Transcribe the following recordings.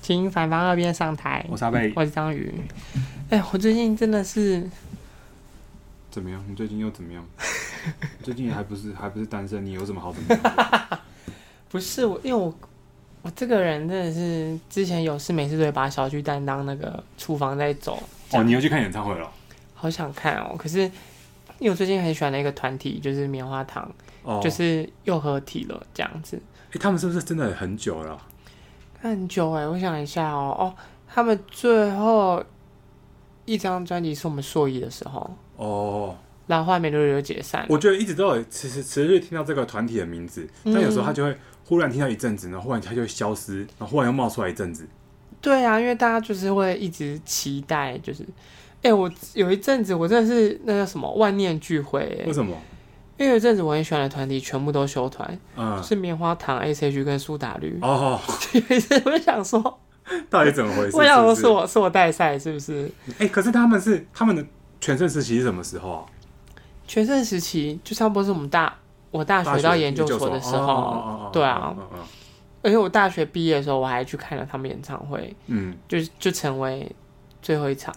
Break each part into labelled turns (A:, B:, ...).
A: 请反方二辩上台。
B: 我是阿贝，
A: 我是章鱼。哎、我最近真的是
B: 怎么样？你最近又怎 么样？最近还不是还不是单身，你有什么 好怎么样？
A: 不是我，因为我我这个人真的是之前有事没事都会把小巨蛋当那个厨房在走，
B: 哦，你又去看演唱会了？
A: 好想看哦。可是因为我最近很喜欢的一个团体就是棉花糖，
B: 哦，
A: 就是又合体了这样子。
B: 诶他们是不是真的很久了？
A: 很久哎，我想一下哦哦，他们最后一张专辑是我们硕一的时候，
B: 哦，
A: 然后后来没多久就解散了。
B: 我觉得一直都有，其实持续听到这个团体的名字，
A: 嗯
B: 但有时候他就会忽然听到一阵子，然后忽然他就会消失，然后忽然又冒出来一阵子。
A: 对啊，因为大家就是会一直期待，就是，哎、我有一阵子我真的是那叫什么万念俱灰欸，
B: 为什么？
A: 因为有一阵子我很喜欢的团体全部都休团，
B: 嗯，
A: 是棉花糖、S H 跟苏打绿。
B: 哦，
A: 有一次我就想说，
B: 到底怎么回事？
A: 我想说
B: 是
A: 是
B: 不
A: 我是我带赛是不是？
B: 是哎，可是他们是他们的全盛时期是什么时候啊？
A: 全盛时期就差不多是我们大我大
B: 大
A: 学到研究所的
B: 研
A: 时
B: 哦哦哦哦
A: 候
B: 哦，
A: 对啊，
B: 嗯嗯
A: 而且我大学毕业的时候我还去看了他们演唱会，
B: 嗯。
A: 就是就成为最后一场。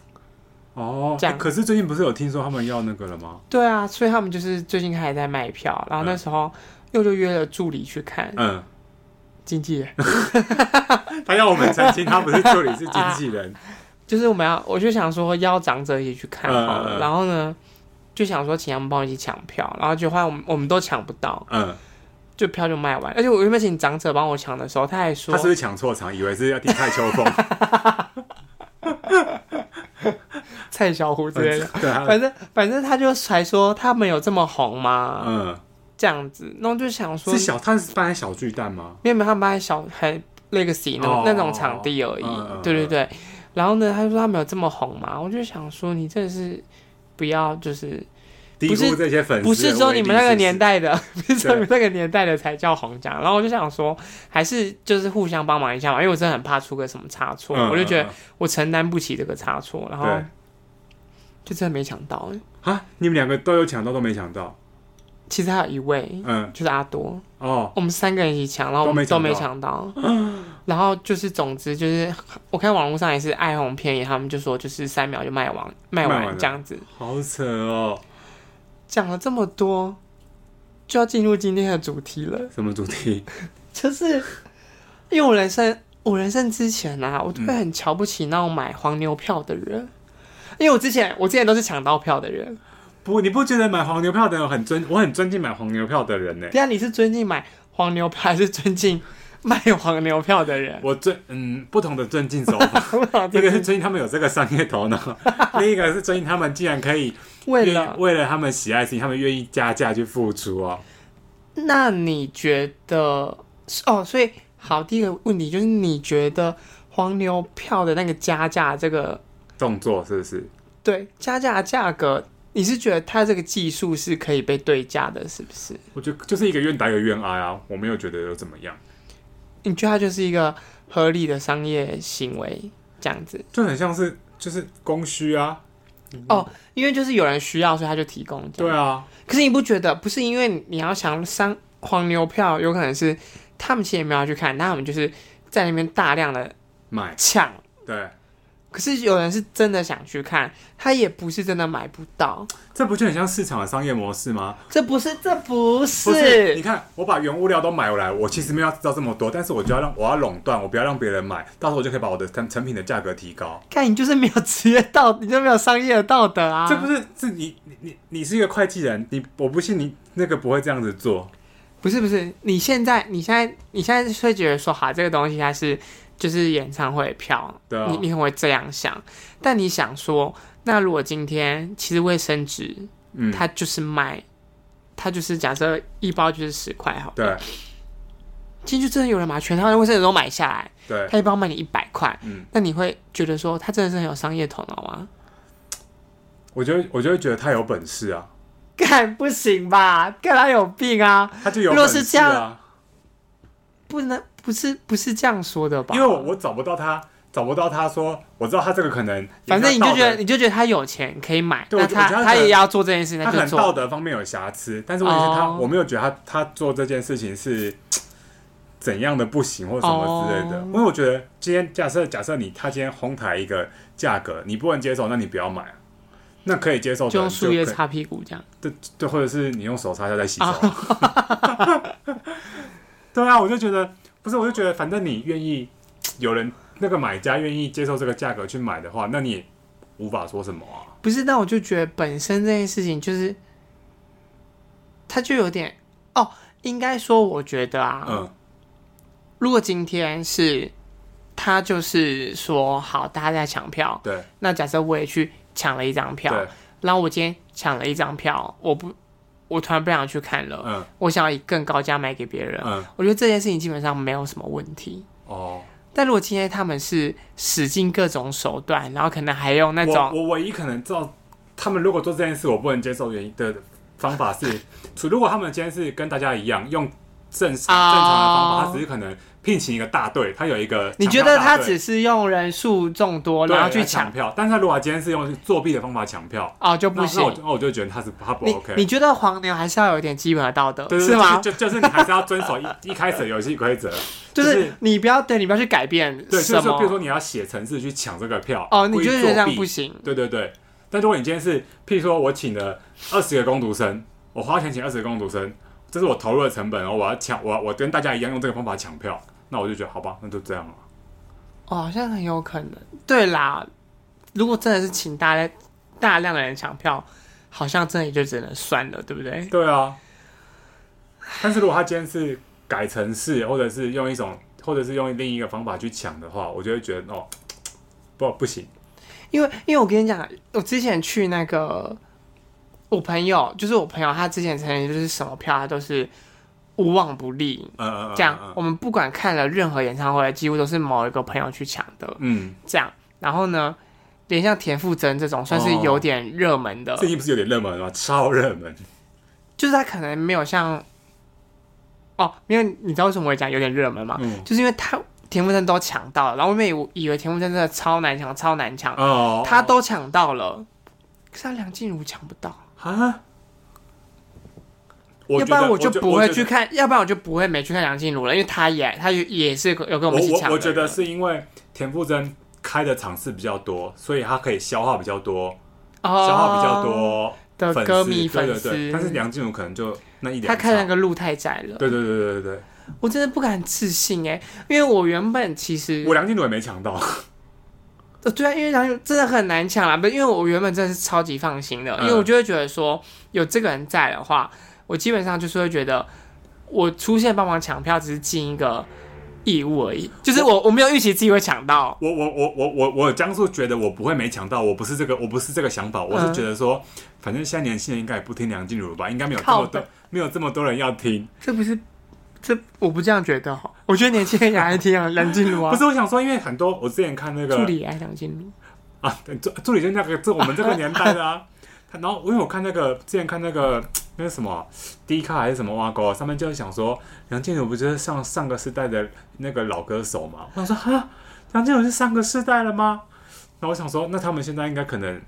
B: 哦，
A: 这
B: 欸
A: 样
B: 可是最近不是有听说他们要那个了吗？
A: 对啊，所以他们就是最近开始在卖票，然后那时候又就约了助理去看
B: 嗯，
A: 经纪人，
B: 他要我们澄清，他不是助理，是经纪 人。
A: 就是我们要我就想说邀长者一起去看好
B: 嗯嗯
A: 了，
B: 嗯
A: 然后呢就想说请他们帮我一起抢票，然后就后来我们我们都抢不到，
B: 嗯，
A: 就票就卖完，而且我原本请长者帮我抢的时候，他还说
B: 他是不是抢错场，以为是要听蔡秋 凤？
A: 蔡小虎之类的，
B: 对啊，
A: 反正反正他就还说他们有这么红吗？
B: 嗯，
A: 这样子，那我就想说
B: 是小，他是办在小巨蛋吗？
A: 因为他们班小还 legacy 那种、
B: 哦
A: 那种场地而已，
B: 嗯嗯
A: 对对对。然后呢，他就说他没有这么红嘛，我就想说你真的是不要就是
B: 低
A: 不是
B: 估这些粉丝，
A: 不是只有你们那个年，代的， 不是只有
B: 对
A: 你们那个年代的才叫红这样。然后我就想说，还是就是互相帮忙一下嘛，因为我真的很怕出个什么差错，
B: 嗯
A: 我就觉
B: 嗯
A: 得我承担不起这个差错，然后
B: 对
A: 就真的没抢到。
B: 啊，你们两个都有抢到，都没抢到。
A: 其实还有一位
B: 嗯，
A: 就是阿多，
B: 哦，
A: 我们三个人一起抢，然后我们
B: 都
A: 都
B: 没
A: 没
B: 抢
A: 抢到。然后就是，总之就是，我看网络上也是爱红便宜，他们就说就是三秒就卖完，卖
B: 卖完了
A: 完这样子。
B: 好扯哦，
A: 讲了这么多，就要进入今天的主题了，
B: 什么主题？
A: 就是因为我人生，我人生之前啊，我都会很瞧不起那种买黄牛票的人，因为我之前我之前都是抢到票的人。
B: 不，你不觉得买黄牛票的人很尊？我很尊敬买黄牛票的人呢。
A: 等一下你是尊敬买黄牛票，还是尊敬卖黄牛票的人？
B: 我尊嗯，不同的尊敬 手法。
A: 我
B: 一个是最近他们有这个商业头 脑，另一个是最近他们竟然可以
A: 为
B: 愿
A: 了
B: 意为了他们喜爱的事情，他们愿意加价去付出哦。
A: 那你觉得哦？所以好，第一个问题就是你觉得黄牛票的那个加价这个
B: 动作是不是？
A: 对加价的价格，你是觉得它这个技术是可以被对价的，是不是？
B: 我觉得就是一个愿打一个愿挨啊，我没有觉得有怎么样，
A: 你觉得它就是一个合理的商业行为这样子？
B: 就很像是就是供需啊，
A: 哦，因为就是有人需要，所以他就提供这样。
B: 对啊，
A: 可是你不觉得不是因为你要想商黄牛票，有可能是他们其实也没有要去看，但他们就是在那边大量的
B: 买
A: 抢。
B: 对，
A: 可是有人是真的想去看，他也不是真的买不到，
B: 这不就很像市场的商业模式吗？
A: 这不是，这不
B: 不
A: 是，
B: 你看我把原物料都买回来，我其实没有要知道这么多，但是我就要让我要垄断，我不要让别人买，到时候我就可以把我的成成品的价格提高。
A: 看你就是没有职业道，你就没有商业道德啊！
B: 这不是是你你你你是一个会计人，你我不信你那个不会这样子做。
A: 不是不是，你现在你现在你现在会觉得说，好，这个东西它是就是演唱会票，
B: 对啊
A: 你你很会这样想，但你想说，那如果今天其实卫生纸
B: 嗯，
A: 它就是卖，它就是假设一包就是十块好，
B: 对
A: 进去真的有人把全套的卫生纸都买下来，
B: 对，
A: 他一包卖你一百块，
B: 嗯
A: 那你会觉得说他真的是很有商业头脑 吗？
B: 我就会我就会觉得他有本事啊，
A: 干不行吧，干他有病啊！
B: 他就有
A: 如
B: 本
A: 果
B: 事
A: 是这
B: 啊
A: 样，不能不是不是这样说的吧？
B: 因为我我找不到他，找不到他说，我知道他这个可能，
A: 反正你就觉得
B: 也
A: 你就觉得他有钱可以买，
B: 对
A: 那
B: 我觉得
A: 他
B: 他可能
A: 他也要做这件事，那
B: 他他可
A: 就
B: 能道
A: 做。
B: 德方面有瑕疵，但是问题是他，
A: 哦
B: 我没有觉得他他做这件事情是怎样的不行或什么之类的。
A: 哦
B: 因为我觉得今天假设假设你他今天哄抬一个价格，你不能接受，那你不要买啊。那可以接受的
A: 就
B: 人
A: 用
B: 就
A: 树
B: 可
A: 叶
B: 以，
A: 擦屁股这样。
B: 对对，或者是你用手擦一下再洗手。
A: 啊
B: 对啊，我就觉得不是，我就觉得反正你愿意有人那个买家愿意接受这个价格去买的话，那你也无法说什么啊。
A: 不是，但我就觉得本身这件事情就是，它就有点哦，应该说我觉得啊，
B: 嗯
A: 如果今天是他就是说好，大家在抢票，
B: 对
A: 那假设我也去抢了一张票，
B: 对，
A: 然后我今天抢了一张票，我不，我突然不想去看了，
B: 嗯
A: 我想要以更高价卖给别人，
B: 嗯
A: 我觉得这件事情基本上没有什么问题。
B: 哦。
A: 但如果今天他们是使尽各种手段，然后可能还用那
B: 我
A: 种
B: 我唯一可能知道，他们如果做这件事，我不能接受原因的方法是，除如果他们今天是跟大家一样用正正常的方法，他只是可能聘请一个大队，他有一个
A: 啊你觉
B: 抢票
A: 得
B: 大
A: 他
B: 队
A: 只是用人数众多，
B: 对
A: 然后哦去
B: 来抢票，但是他如果他今天是用作弊的方法抢票，
A: 哦就
B: 那
A: 不
B: 那我
A: 行
B: 就。那我就觉得他是他不
A: 你
B: OK，
A: 你觉得黄牛还是要有一点基本的道德，
B: 对对
A: 是吗？
B: 就就就是你还是要遵守一 一开始的游戏规则，
A: 就
B: 就是是
A: 你不要对，你不要去改变
B: 对，就
A: 什
B: 是说
A: 么
B: 比如说你要写程式去抢这个票，
A: 哦，你
B: 故意
A: 觉得这样
B: 作弊
A: 不行
B: 对对对，但如果你今天是，譬如说我请了二十个工读生，我花钱请二十个工读生，这是我投入的成本，然后我要抢，我我跟大家一样用这个方法抢票，那我就觉得好吧，那就这样了。
A: 哦，好像很有可能。对啦，如果真的是请大家大量的人抢票，好像真的也就只能算了，对不对？
B: 对啊，但是如果他今天是改程式，或者是用一种，或者是用另一个方法去抢的话，我就会觉得哦，不不行，
A: 因为因为我跟你讲，我之前去那个我朋友，就是我朋友，他之前曾经就是什么票他都是无往不利。
B: 嗯嗯嗯，
A: 这样，
B: 嗯
A: 我们不管看了任何演唱会，几乎都是某一个朋友去抢的。
B: 嗯，
A: 这样，然后呢，连像田馥甄这种算是
B: 哦
A: 有点热门的，
B: 最近不是有点热门吗？超热门，
A: 就是他可能没有像，哦，因为你知道为什么我会讲有点热门吗？
B: 嗯，
A: 就是因为他田馥甄都抢到了，然后我们也以为田馥甄真的超难抢，超难抢，
B: 哦，
A: 他都抢到了，可是他梁静茹抢不到，
B: 啊，
A: 要
B: 我觉
A: 不然
B: 得
A: 我就不会
B: 觉
A: 去
B: 得
A: 看，要不然我就不会没去看梁静茹了，因为他也他也也是有跟我
B: 我
A: 们一起抢
B: 我
A: 的
B: 我觉得
A: 人
B: 是因为田馥甄开的场次比较多，所以他可以消化比较多，
A: 哦
B: 消化比较多
A: 的
B: 粉丝
A: 歌迷
B: 对
A: 粉
B: 对对。
A: 丝，
B: 但是梁静茹可能就那一点，
A: 他开那个路太窄了。
B: 对，对对对对对
A: 我真的不敢置信哎、因为我原本其实
B: 对，我梁静茹也没抢到，
A: 呃，对啊，因为梁静茹真的很难抢啦，不是，因为我原本真的是超级放心的，
B: 嗯
A: 因为我就会觉得说有这个人在的话，我基本上就是会觉得我出现帮忙抢票只是尽一个义务而已，就是我我没有预期自己会抢到，
B: 我我我我我我江苏觉得我不会没抢到，我不是这个我不是这个想法，我是觉得说，反正现在年轻人应该也不听梁静茹了吧，应该没有这么
A: 靠
B: 多没有这么多人要听。
A: 这不是这我不这样觉得哈，我觉得年轻人也爱听啊梁静茹啊
B: 不，是我想说，因为很多我之前看那个
A: 助理也爱梁静茹，
B: 啊，对助助理就那个，这我们这个年代的啊。 他然后因为我看那个之前看那个那个什么低卡还是什么挖沟，上面就是想说梁静茹不就是上上个世代的那个老歌手嘛？我想说哈，梁静茹是上个世代了吗？然后我想说，那他们现在应该可能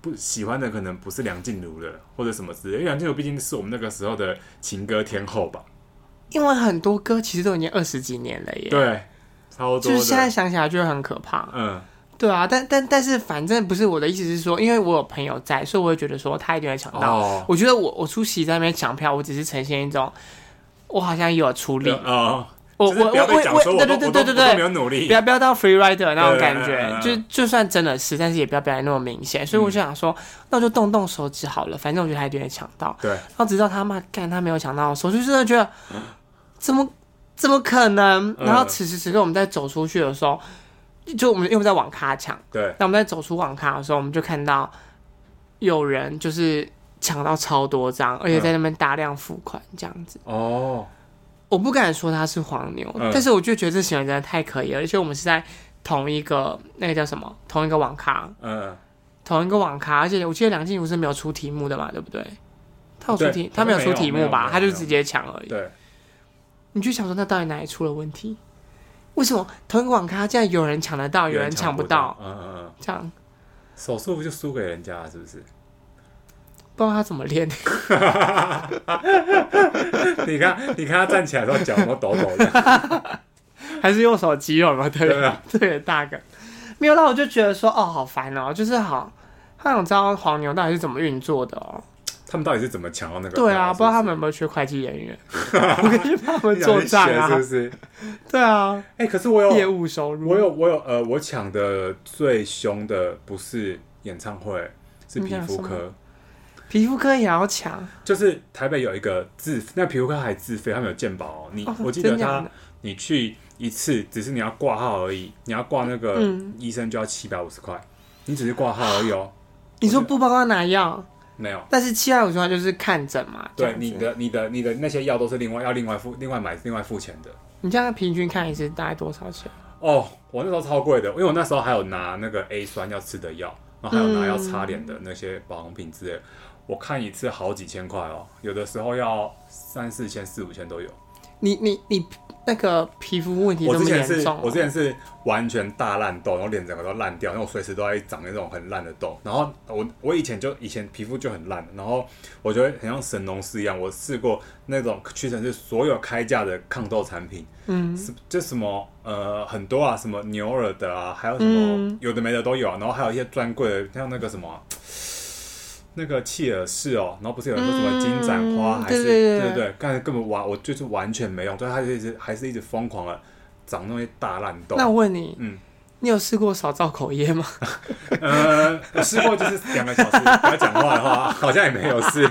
B: 不喜欢的可能不是梁静茹了，或者什么之类，因为梁静茹毕竟是我们那个时候的情歌天后吧？
A: 因为很多歌其实都已经二十几年了耶，
B: 对，超多
A: 就是现在
B: 的，
A: 想起来就会很可怕，
B: 嗯
A: 对啊，但但但是反正不是我的意思是说，因为我有朋友在，所以我会觉得说他一定会抢到。
B: 哦，
A: 我觉得我我出席在那边抢票，我只是呈现一种我好像也有出力，
B: 哦，
A: 我
B: 就是
A: 我我
B: 不要被
A: 我
B: 讲
A: 我
B: 说我
A: 对
B: 都
A: 对
B: 我
A: 对
B: 都
A: 对对
B: 我都没
A: 对，
B: 有努力
A: 不，要不要当 free rider 那种感觉，
B: 对对对
A: 就
B: 对嗯
A: 就算真的是，但是也不要表现那么明显。所以我就想说，那我就动动手指好了，反正我觉得他一定会抢到。
B: 对。
A: 然后直到他妈干他没有抢到的时候，我就真的觉得怎么怎么可能？
B: 嗯
A: 然后此时此刻我们在走出去的时候，就我们又在网咖抢。
B: 对，
A: 那我们在走出网咖的时候，我们就看到有人就是抢到超多张，
B: 嗯
A: 而且在那边大量付款这样子。
B: 哦，
A: 我不敢说他是黄牛，
B: 嗯
A: 但是我就觉得这行为真的太可疑了，而且我们是在同一个那个叫什么同一个网咖，
B: 嗯，
A: 同一个网咖，而且我记得梁静茹是没有出题目的嘛，对不对？他有出
B: 对
A: 题，
B: 他
A: 他没有
B: 没
A: 出
B: 有
A: 题
B: 没
A: 目
B: 有没
A: 吧？
B: 有
A: 他就
B: 没有
A: 直接抢而已。
B: 对，
A: 你就想说，那到底哪里出了问题？为什么同一个网咖竟然有人抢得到，有人抢不到？
B: 嗯嗯嗯，
A: 这样
B: 手术不就输给人家了是不是？
A: 不知道他怎么练。
B: 你看，你看他站起来的时候脚有没有抖抖的？
A: 还是用手机用嘛，特
B: 对
A: 别
B: 啊
A: 特别大个。没有，那我就觉得说，哦，好烦哦，就是好，他想知道黄牛到底是怎么运作的哦。
B: 他们到底是怎么抢到那个票的？
A: 对啊，不知道他们
B: 是
A: 有没有缺会计人 员，我可以帮他
B: 不
A: 们
B: 是
A: 做账
B: 你
A: 啊
B: 想去学。是不是？
A: 对啊，
B: 哎、可是我有
A: 业务收入。
B: 我有我有呃，我抢的最凶的不是演唱会，是
A: 你
B: 皮
A: 讲
B: 肤
A: 什么
B: 科。
A: 皮肤科也要抢，
B: 就是台北有一个自，那皮肤科还自费，他们有健保、哦。你、
A: 哦
B: 我记得
A: 真假
B: 他
A: 的，
B: 你去一次，只是你要挂号而已，你要挂那个
A: 嗯
B: 医生就要七百五十块，你只是挂号而已哦，
A: 你说不帮他拿药，
B: 没有。
A: 但是七百五十块就是看诊嘛。这
B: 对，
A: 样子
B: 你，的、你的、你的那些药都是另外要另外付、另外买、另外付钱的。
A: 你这样平均看一次大概多少钱？
B: 哦，我那时候超贵的，因为我那时候还有拿那个 A 酸要吃的药，然后还有拿
A: 嗯
B: 要擦脸的那些保养品之类的我看一次好几千块哦，有的时候要三四千、四五千都有。
A: 你你你那个皮肤问题
B: 我
A: 这
B: 之
A: 么
B: 前
A: 严
B: 是
A: 重哦，
B: 我之前是完全大烂痘，然后脸整个都烂掉，然后我随时都在长那种很烂的痘。然后我我以前就以前皮肤就很烂，然后我觉得很像神农氏一样，我试过那种屈臣氏所有开价的抗痘产品，
A: 嗯
B: 是就什么呃很多啊，什么牛耳的啊，还有什么、
A: 嗯
B: 有的没的都有啊、然后还有一些专柜的，像那个什么。那个契尔氏哦，然后不是有人说什么金盏花、
A: 嗯
B: 还是
A: 对对对
B: 对对，刚才根本完我就是完全没用，但他就一直还是一直疯狂的长那些大烂痘。
A: 那我问你，
B: 嗯
A: 你有试过少造口液吗？
B: 呃，我试过就是两个小时不要讲话的话，好像也没有事。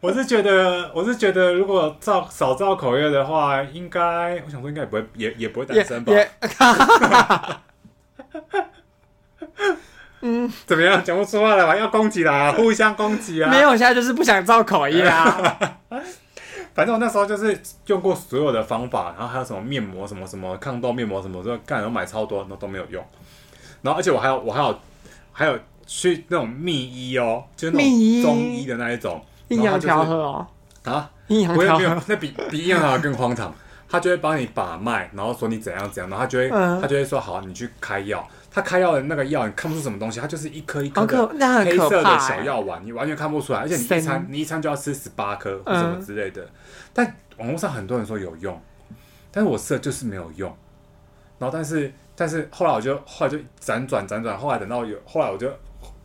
B: 我是觉得，我是觉得，如果照少照口业的话，应该我想说应该也不会，也也不会
A: 也
B: 单身吧？
A: 也
B: 怎么样？讲不出话了吧？要攻击啦，互相攻击啊！
A: 没，有，现在就是不想造口业啊。
B: 反正我那时候就是用过所有的方法，然后还有什么面膜、什么什么抗痘面膜、什么的，干，然后买超多，那都没有用。然后而且我还有，我还有，还有去那种密医哦，就是那
A: 密医
B: 种中医的那一种，
A: 阴阳
B: 然后
A: 调
B: 他就
A: 和哦，
B: 是啊，
A: 阴阳
B: 不
A: 调
B: 会没有
A: 和，，
B: 那比比银行更荒唐。他就会帮你把脉，然后说你怎样怎样，然后他就会、
A: 嗯
B: 他就会说好，你去开药。他开药的那个药，你看不出什么东西，它就是一颗一颗
A: 好
B: 的
A: 可，那
B: 黑
A: 很可
B: 色
A: 怕
B: 的
A: 欸
B: 小药丸，哦你完全看不出来。而且你一
A: 神嗯
B: 餐你一餐就要吃十八颗或什么之类的。但网络上很多人说有用，但是我吃了就是没有用。然后但是但是后来我就后来就辗转辗转，后来等到有后来我就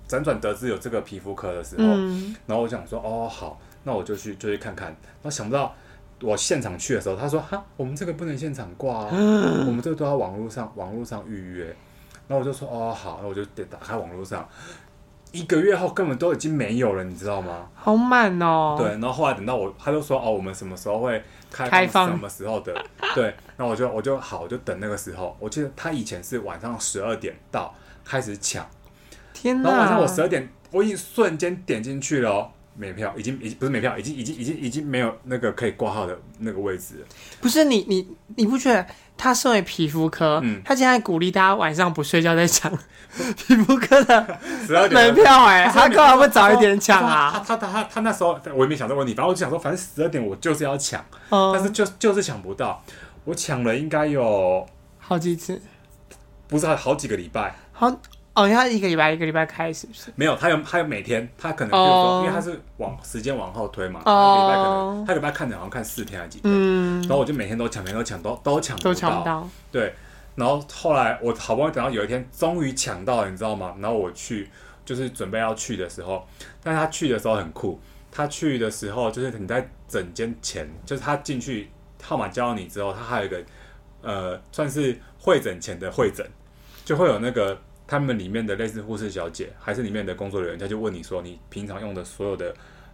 B: 辗转得知有这个皮肤科的时候，
A: 嗯，
B: 然后我想说，哦，好，那我就去就去看看。然后想不到我现场去的时候，他说，哈，我们这个不能现场挂哦，
A: 嗯
B: 我们这个都要网络上网络上预约。然后我就说，哦，好，那我就得打开网络上。一个月后根本都已经没有了，你知道吗？
A: 好慢哦。
B: 对，，然后后来等到我，他就说哦，我们什么时候会开
A: 开放
B: 什么时候的？对，然后我就我就好，我就等那个时候。我记得他以前是晚上十二点到开始抢，
A: 天哪！
B: 然后晚上我十二点，我已经瞬间点进去了、哦，没票，已经已经不是没票，已经已经已经已经没有那个可以挂号的那个位置了。
A: 不是你你你不觉得他身为皮肤科，
B: 嗯
A: 他现在鼓励大家晚上不睡觉在 抢皮肤科的
B: 十二点
A: 门票哎、
B: 说
A: 他
B: 你
A: 干嘛不早一点抢
B: 他
A: 啊？
B: 他他他他那时候我也没想这个问题，反正我就想说，反正十二点我就是要抢，但是
A: 嗯，
B: 就就是抢不到。我抢了应该有
A: 好几次，
B: 不是好几个礼拜，
A: 好哦，他一个礼拜一个礼拜开是不是？
B: 没有，他有他有每天，他可能比如说，
A: 哦
B: 因为他是往时间往后推嘛，他一个礼拜可
A: 哦
B: 能他一个礼拜看着好像看四天还是几天，
A: 嗯
B: 然，后我就每天都抢，每天都抢，都都抢
A: 都抢不
B: 到。
A: 到，
B: 对，然后后来我好不容易等到有一天，终于抢到了，你知道吗？然后我去，就是准备要去的时候，但是他去的时候很酷，他去的时候就是你在整间前，就是他进去号码交到你之后，他还有一个呃，算是会诊前的会诊，就会有那个。他们里面的类似护士小姐，还是里面的工作人员，他就问你说你平常用的所有的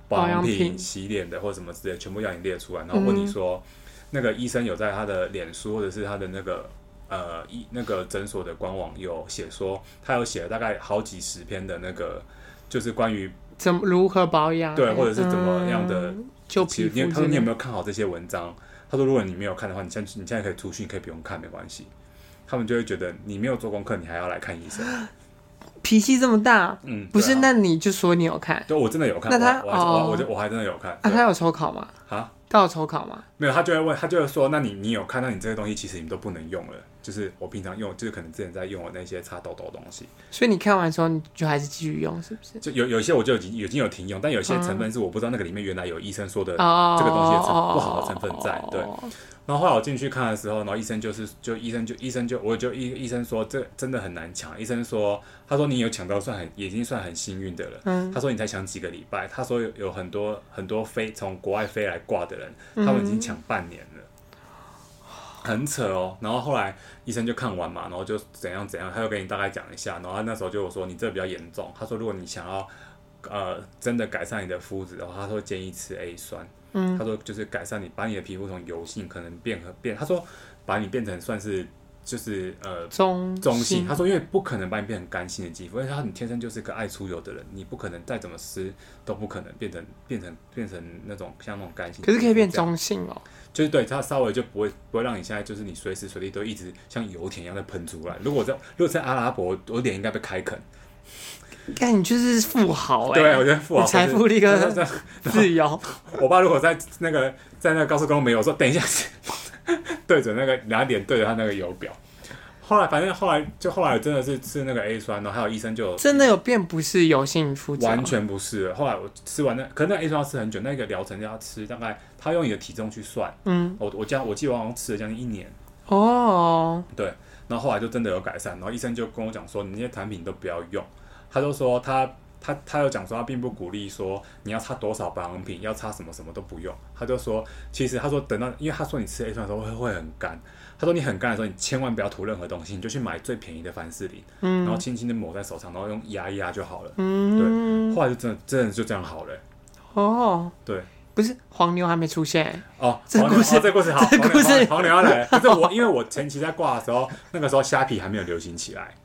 B: 保
A: 保
B: 养
A: 养
B: 品、
A: 品
B: 洗脸的或者什么之类的，全部要你列出来，然后问你
A: 嗯
B: 说、那个医生有在他的脸书或者是他的那个呃医那个诊所的官网有写说，他有写了大概好几十篇的那个，就是关于
A: 怎么如何保养？
B: 对或者是怎么样的
A: 嗯就
B: 其
A: 皮肤
B: 实你有他
A: 之
B: 说你
A: 类
B: 有没。有看好这些文章？他说如果你没有看的话，你现在你现在可以出去，你可以不用看，没关系。他们就会觉得你没有做功课，你还要来看医生。
A: 脾气这么大，
B: 嗯，
A: 不是？
B: 对啊
A: 那你就说你有看
B: 对我真的有看，
A: 那他
B: 我还我还
A: 哦
B: 我就我还真的有看。
A: 啊？
B: 对
A: 他有抽考吗？
B: 啊，
A: 他有抽考吗？
B: 没有，他就会问，他就会说，那你你有看，那你这些东西其实你都不能用了。就是我平常用，就是可能之前在用的那些擦痘痘的东西，
A: 所以你看完之后，你就还是继续用，是不是？
B: 就有有一些我就已经已经有停用，但有些成分是我不知道那个里面原来有医生说的
A: 哦，
B: 这个东西的成不好的成分在对然后后来我进去看的时候，然后医生就是就医生就医生就我就医医生说这真的很难抢，医生说他说你有抢到算很已经算很幸运的了，
A: 嗯
B: 他说你才抢几个礼拜，他说有有很多很多飞从国外飞来挂的人，他们已经抢半年了。很扯哦，然后后来医生就看完嘛，然后就怎样怎样，他就给你大概讲一下，然后他那时候就有说你这比较严重，他说如果你想要呃真的改善你的肤质的话，他说建议吃 A 酸，
A: 嗯
B: 他说就是改善你把你的皮肤从油性可能变和变，他说把你变成算是就是呃
A: 中
B: 中性，他说因为不可能把你变成干性的肌肤，因为他你天生就是个爱出油的人，你不可能再怎么湿都不可能变成变成变成那种像那种干性的
A: 可
B: 肌肤这样，
A: 是可以变中性哦。
B: 就是对它稍微就不会不会让你现在就是你随时随地都一直像油田一样在喷出来。如果在如果在阿拉伯，我脸应该被开垦。
A: 看你就是富豪哎、
B: 对，我觉得富豪
A: 你财富立刻
B: 就是
A: 自由，
B: 我爸如果在那个在那个高速公路没有，我说等一下， 对准那个拿脸对着他那个油表。后来反正后来就后来真的是吃那个 A 酸，然后还有医生就有
A: 真的有变不是油性肤质哦，
B: 完全不是了。后来我吃完那，可能那 A 酸要吃很久，那个疗程要吃大概，他用你的体重去算，
A: 嗯
B: 我我家我记得我好像吃了将近一年，
A: 哦，
B: 对，然后后来就真的有改善，然后医生就跟我讲说，你那些产品都不要用，他就说他他他有讲说他并不鼓励说你要擦多少保养品，要擦什么什么都不用，他就说其实他说等到，因为他说你吃 A 酸的时候会会很干，他说你很干的时候你千万不要涂任何东西，你就去买最便宜的凡士林，然后
A: 嗯
B: 轻轻的抹在手上，然后用压一压就好了，
A: 嗯，
B: 后来就真的真的就这样好了、
A: 哦，
B: 对。
A: 不是黄牛还没出现，
B: 哦，
A: 这
B: 黄牛
A: 故事
B: 哦这故事好，
A: 这
B: 黄牛
A: 故事
B: 黄牛要来了。可是我因为我前期在挂的时候，那个时候虾皮还没有流行起来，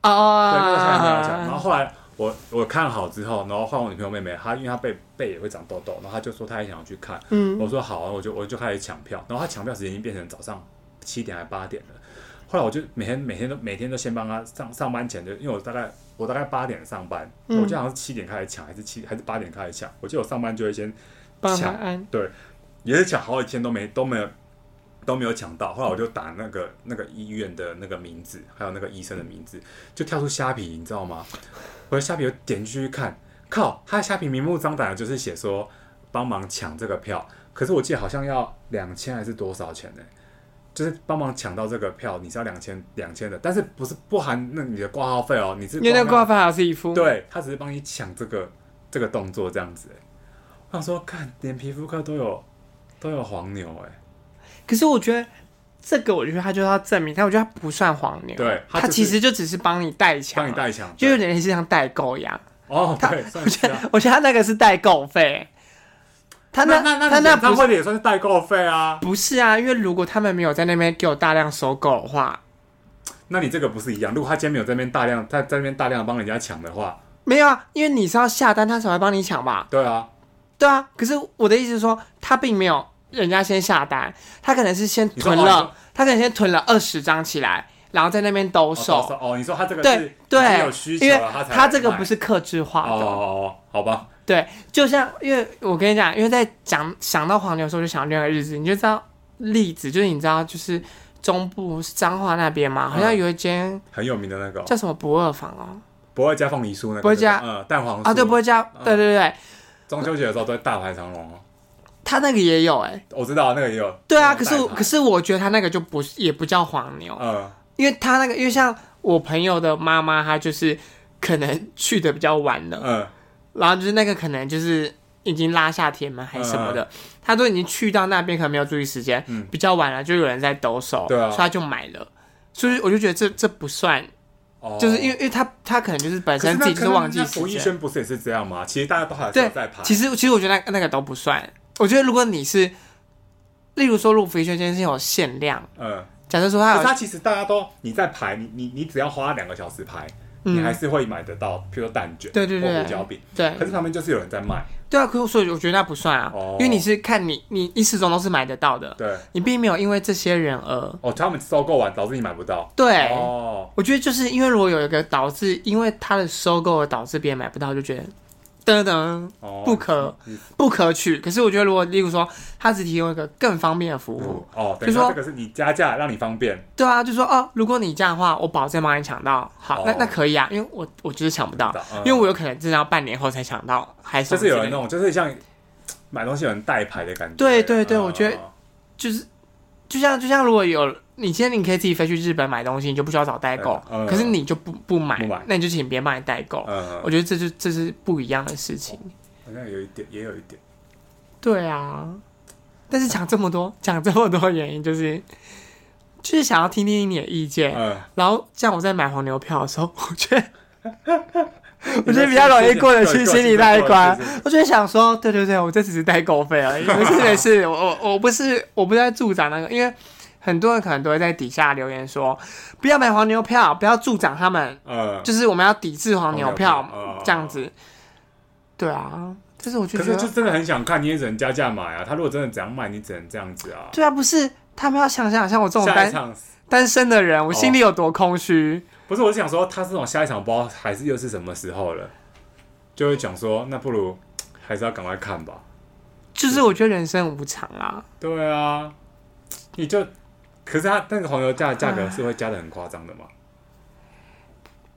B: 啊对，那个时候还没有流行起来。然后
A: 啊，
B: 后来我我看好之后，然后换我女朋友妹妹，她因为她背背也会长痘痘，然后她就说她也想要去看，
A: 嗯，
B: 我说好啊，我就我就开始抢票，然后她抢票时间已经变成早上七点还八点了。后来我就每天每天都每天都先帮她上上班前就，因为我大概我大概八点上班，
A: 嗯
B: 我记得好像是七点开始抢，还是七还是八点开始抢，我记得我上班就会先
A: 帮他
B: 抢
A: 安，
B: 对，也是抢好几天都没都没有都没有抢到。后来我就打那个那个医院的那个名字，还有那个医生的名字，就跳出虾皮，你知道吗？我的虾皮有点进去看，靠，他的虾皮明目张胆的就是写说帮忙抢这个票，可是我记得好像要两千还是多少钱呢、就是帮忙抢到这个票，你是要两千两千的，但是不是不含那你的挂号费哦，你是
A: 因为那个
B: 光
A: 挂发还是一副，，
B: 对他只是帮你抢这个这个动作这样子、欸。我想说，看连皮肤科都有都有黄牛哎、
A: 可是我觉得。这个我觉得他就要证明，但我觉得他不算黄牛，啊
B: 对他
A: 他
B: 就是
A: 其实就只是帮你代抢，
B: 帮你代抢，
A: 就有
B: 对
A: 点类似像代购一样。
B: 哦，对，算是这样。
A: 我觉得他那个是代购费，他
B: 那
A: 那
B: 那
A: 他
B: 那
A: 那
B: 演唱
A: 不是
B: 会的也算是代购费啊？
A: 不是啊？因为如果他们没有在那边给我大量收购的话，
B: 那你这个不是一样？如果他今天没有在那边大量在在那边大量地帮人家抢的话，
A: 没有啊，因为你是要下单，他才会帮你抢吧？
B: 对啊，
A: 对啊。可是我的意思是说，他并没有人家先下单，他可能是先
B: 你说
A: 囤
B: 哦你
A: 了
B: 说，
A: 他可能先囤了二十张起来，然后在那边兜
B: 哦
A: 售。
B: 手哦，你说他这个是
A: 对
B: 已经
A: 对
B: 有需，求
A: 因为
B: 了，他才
A: 他这个
B: 卖
A: 不是克制
B: 哦
A: 化
B: 哦
A: 的，
B: 哦，好吧，
A: 对，就像因为我跟你讲，因为在讲想到黄牛的时候，就想到另外一个日子，你就知道例子，就是你知道就是中部是彰化那边嘛，好像
B: 嗯
A: 有一间
B: 很有名的那个
A: 叫什么不二坊哦，
B: 不会加凤梨酥那个，
A: 不会加
B: 嗯蛋黄酥
A: 啊对不会叫，
B: 嗯
A: 对对对，
B: 中秋节的时候都会大排长龙哦，
A: 他那个也有哎、
B: 我知道那个也有，
A: 对啊，
B: 那
A: 可
B: 个
A: 是
B: 代排
A: 可是我觉得他那个就不是也不叫黄牛，
B: 哦嗯
A: 因为他那个因为像我朋友的妈妈，她就是可能去的比较晚了，
B: 嗯
A: 然后就是那个可能就是已经拉下铁门还是什么的，他都已经去到那边，可能没有注意时间，
B: 嗯
A: 比较晚了，就有人在抖手，
B: 对啊
A: 所以他就买了。所以我就觉得这这不算，
B: 哦，
A: 就是因为因为他他可能就是本
B: 可是
A: 身
B: 那
A: 自己就是忘记
B: 那
A: 时
B: 福一
A: 间，
B: 轩不是也是这样吗？其实大家都还是有
A: 对
B: 在，排，
A: 其实其实我觉得那那个都不算。我觉得如果你是，例如说入福一轩今天是有限量，
B: 嗯，
A: 假设说
B: 可
A: 他
B: 是
A: 有
B: 它其实大家都你在排，你你你只要花两个小时排，你还
A: 嗯，
B: 是会买得到，譬如说蛋卷，
A: 对对对
B: 或胡椒饼，
A: 对
B: 可是旁边就是有人在卖，
A: 对啊，可是所以我觉得那不算啊，
B: 哦
A: 因为你是看你你你始终都是买得到的，
B: 对，
A: 你并没有因为这些人而
B: 哦，他们收购完导致你买不到，
A: 对。
B: 哦，
A: 我觉得就是因为如果有一个导致，因为他的收购而导致别人买不到，就觉得噔噔，
B: 哦，
A: 不可
B: 嗯
A: 不可取。可是我觉得，如果例如说，他只提供一个更方便的服务，
B: 哦，
A: 就
B: 等于
A: 说
B: 说这个是你加价让你方便，
A: 对啊，就说哦，如果你这样的话，我保证帮你抢到。好，那
B: 哦
A: 那可以啊，因为我我就是抢不到，
B: 嗯
A: 因为我有可能真的要半年后才抢到，还是什
B: 就
A: 么
B: 是
A: 之
B: 有
A: 类
B: 人
A: 的
B: 那种，就是像买东西有人代牌的感觉。
A: 对对对我觉得
B: 嗯
A: 就是就像就像如果有你今天你可以自己飞去日本买东西，你就不需要找代购，
B: 嗯嗯
A: 可是你就不不买，
B: 不买
A: 那你就请别人帮你代购。
B: 嗯，
A: 我觉得这就这是不一样的事情。
B: 好像有一点，也有一点，
A: 对啊，但是讲这么多， 讲这么多原因就是，就是想要听听你的意见，
B: 嗯，
A: 然后这样我在买黄牛票的时候， 我觉得我觉得比较容易过得去心理那一关
B: 对。对对
A: 我就想说，对对对，我这只是代购费 而已，没事没事，我我我不是我不是在助长那个，因为很多人可能都会在底下留言说，不要买黄牛票，不要助长他们，
B: 嗯，
A: 就是我们要抵制黄牛票
B: 黄牛票哦
A: 这样子。对啊，但是我就
B: 可
A: 觉
B: 是就
A: 得，
B: 真的很想看，你也只能加价买啊。他如果真的怎样卖，你只能这样子啊。
A: 对啊，不是他们要想想像我这种
B: 下一
A: 单
B: 场哦
A: 单身的人，我心里有多空虚。
B: 不是，我是想说，他这种下一场不知道还是又是什么时候了，就会讲说，那不如还是要赶快看吧。
A: 就是我觉得人生无常啊，
B: 对啊，你就，可是他那个黄油价价格是会加的很夸张的嘛？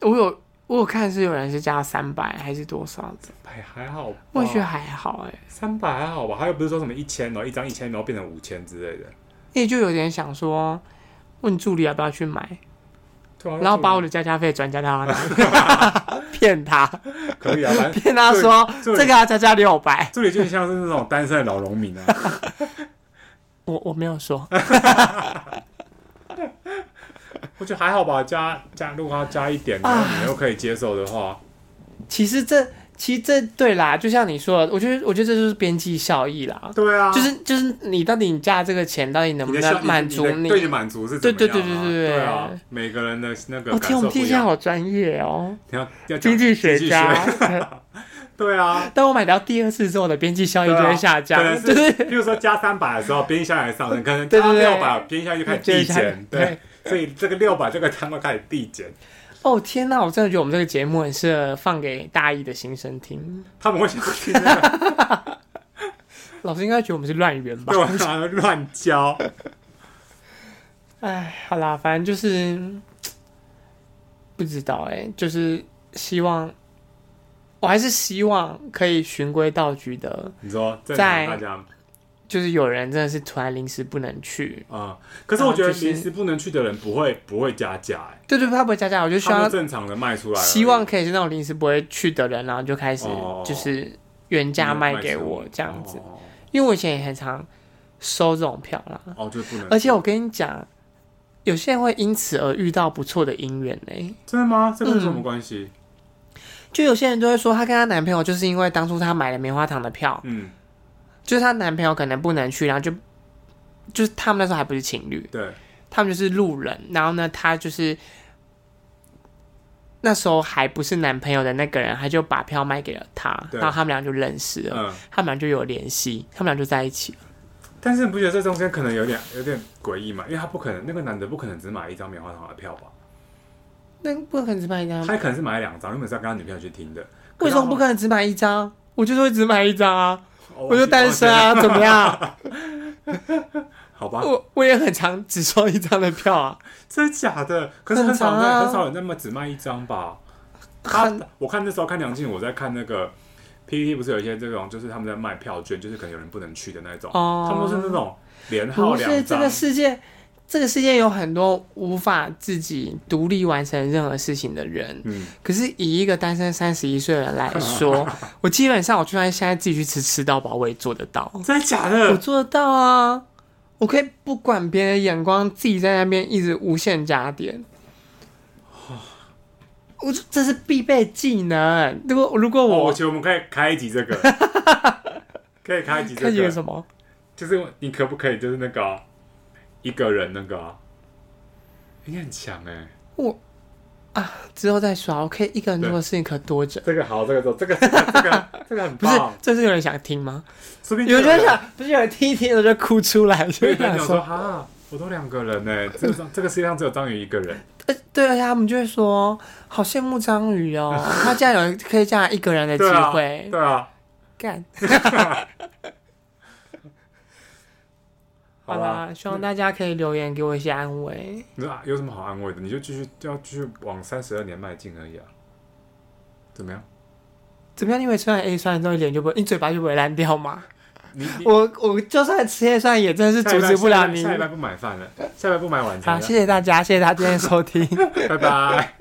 A: 我有我有看是有人是加三百还是多少的，
B: 还还好吧，
A: 我觉得还好哎、
B: 三百还好吧，他又不是说什么一千，哦然后一张一千，然后变成五千之类的。
A: 也就有点想说，问助理要不要去买，
B: 对啊，
A: 然后把我
B: 的
A: 的加价费转嫁到他那里， 骗他，
B: 可以啊，反正
A: 骗他说
B: 助理
A: 这个要加价六百，
B: 这里就像是那种单身的老农民啊，
A: 我我没有说，
B: 我觉得还好吧，加加如果他加一点，然后
A: 啊
B: 你又可以接受的话，
A: 其实这其实这对啦，就像你说的，我觉得我觉得这就是边际效益啦，
B: 对啊，
A: 就是就是你到底你加这个钱到底能
B: 你
A: 不
B: 的效
A: 能满足
B: 你的对你满足是怎么样、啊？
A: 对对对对对对
B: 对啊，每个人的那个
A: 我
B: 感
A: 哦天，我
B: 受
A: 们
B: 不
A: 第一
B: 一
A: 天
B: 样。啊
A: 好专业哦，
B: 你要要讲
A: 经济学家。哦
B: 对啊，
A: 当我买到第二次之后，我的边际效益
B: 对
A: 就
B: 啊
A: 会下降，
B: 可能，
A: 就是
B: 比如说加三百的时候，边下来上升，可能
A: 对
B: 加
A: 对对
B: 六百，边下就开始递
A: 就下
B: 减，对，所以这个六百这个他们开始递减，
A: 哦天呐，我真的觉得我们这个节目很适合放给大一的新生听。
B: 他们会想听这个，
A: 老师应该觉得我们是乱源吧
B: 对？我想要乱教，
A: 哎，好啦，反正就是嗯不知道哎、就是希望，我还是希望可以循规蹈矩的，
B: 你说正
A: 在
B: 常大家
A: 就是有人真的是突然临时不能去，
B: 啊、可是我觉得
A: 然后就是
B: 临时不能去的人不会不会加价、欸，
A: 对对，他不会加价，我就希
B: 他们
A: 望
B: 正常的卖出来而已，
A: 希望可以是那种临时不会去的人，然啊后就开始
B: 哦
A: 就是原价卖给
B: 嗯
A: 我这样子，因为我以前也很常收这种票啦。
B: 哦，哦哦就不能，
A: 而且我跟你讲，有些人会因此而遇到不错的姻缘呢、
B: 真的吗？这个有什么关系？
A: 就有些人就会说，她跟她男朋友就是因为当初她买了棉花糖的票，
B: 嗯，
A: 就是她男朋友可能不能去，然后就就是他们那时候还不是情侣，
B: 对，
A: 他们就是路人。然后呢，她就是那时候还不是男朋友的那个人，他就把票卖给了他，
B: 对
A: 然后他们俩就认识了，
B: 嗯，
A: 他们俩就有联系，他们俩就在一起了。
B: 但是你不觉得这中间可能有点有点诡异嘛？因为他不可能，那个男的不可能只买一张棉花糖的票吧？
A: 那不可能只买一张，
B: 他也可能是买了两张，原本是要跟他女朋友去听的。
A: 为什么不可能只买一张？我就是会只买一张啊，
B: 哦？
A: 我就单身
B: 忘
A: 啊，
B: 记了
A: 怎么样？
B: 好吧，
A: 我我也很常只收一张的票啊，
B: 真假的？可是很少
A: 很
B: 人、
A: 长啊
B: 很少人那么只卖一张吧？他
A: 很
B: 我看那时候看梁静茹，我在看那个 PPT，不是有一些这种，就是他们在卖票券，就是可能有人不能去的那种，
A: 哦
B: 他们都是那种连号
A: 不
B: 两
A: 是这
B: 张。
A: 个世界，这个世界有很多无法自己独立完成任何事情的人。
B: 嗯，
A: 可是以一个单身三十一岁的人来说， 我基本上我就算现在自己去吃吃到饱，我也做得到，
B: 真的假
A: 我
B: 的？
A: 做得到啊！我可以不管别人的眼光，自己在那边一直无限加点。我就这是必备技能。如果如果
B: 哦，我
A: 我
B: 觉得我们可以开一 集这个，可以开一集这
A: 看见
B: 个
A: 有，什么，
B: 就是你可不可以就是那个啊一个人那个啊，你很强哎、
A: 之后再说。我可以一个人做的事情可多着。
B: 这个好，这个做，这个这个这个这个很
A: 不是
B: 棒，，
A: 这是有人想听 吗？
B: 说不定
A: 有
B: 这个
A: 人想，不是有人听一听我就哭出来，就
B: 所以
A: 是
B: 他
A: 想
B: 想说
A: 说，
B: 哈，我都两个人呢，这个这个世界上只有章鱼一个人，
A: 呃对，而且他们就会说，好羡慕章鱼 哦，他竟然有可以这样一个人的机
B: 对啊，
A: 会，
B: 对啊，
A: 干、
B: 好
A: 好
B: 啦
A: 啦，，希望大家可以留言给我一些安慰。
B: 那啊有什么好安慰的？你就继续就要继续往三十二年迈进而已啊，怎么样？
A: 怎么样？因为吃完 A 酸之后，脸就不会，你嘴巴就不会烂掉嘛。
B: 你你
A: 我我就算吃 A 酸，也真的是
B: 下
A: 阻
B: 一拜
A: 止不了你
B: 下。一拜下一拜不买饭了，下一拜不买晚
A: 好，
B: 餐了，
A: 谢谢大家，谢谢大家今天的收听。
B: 拜拜。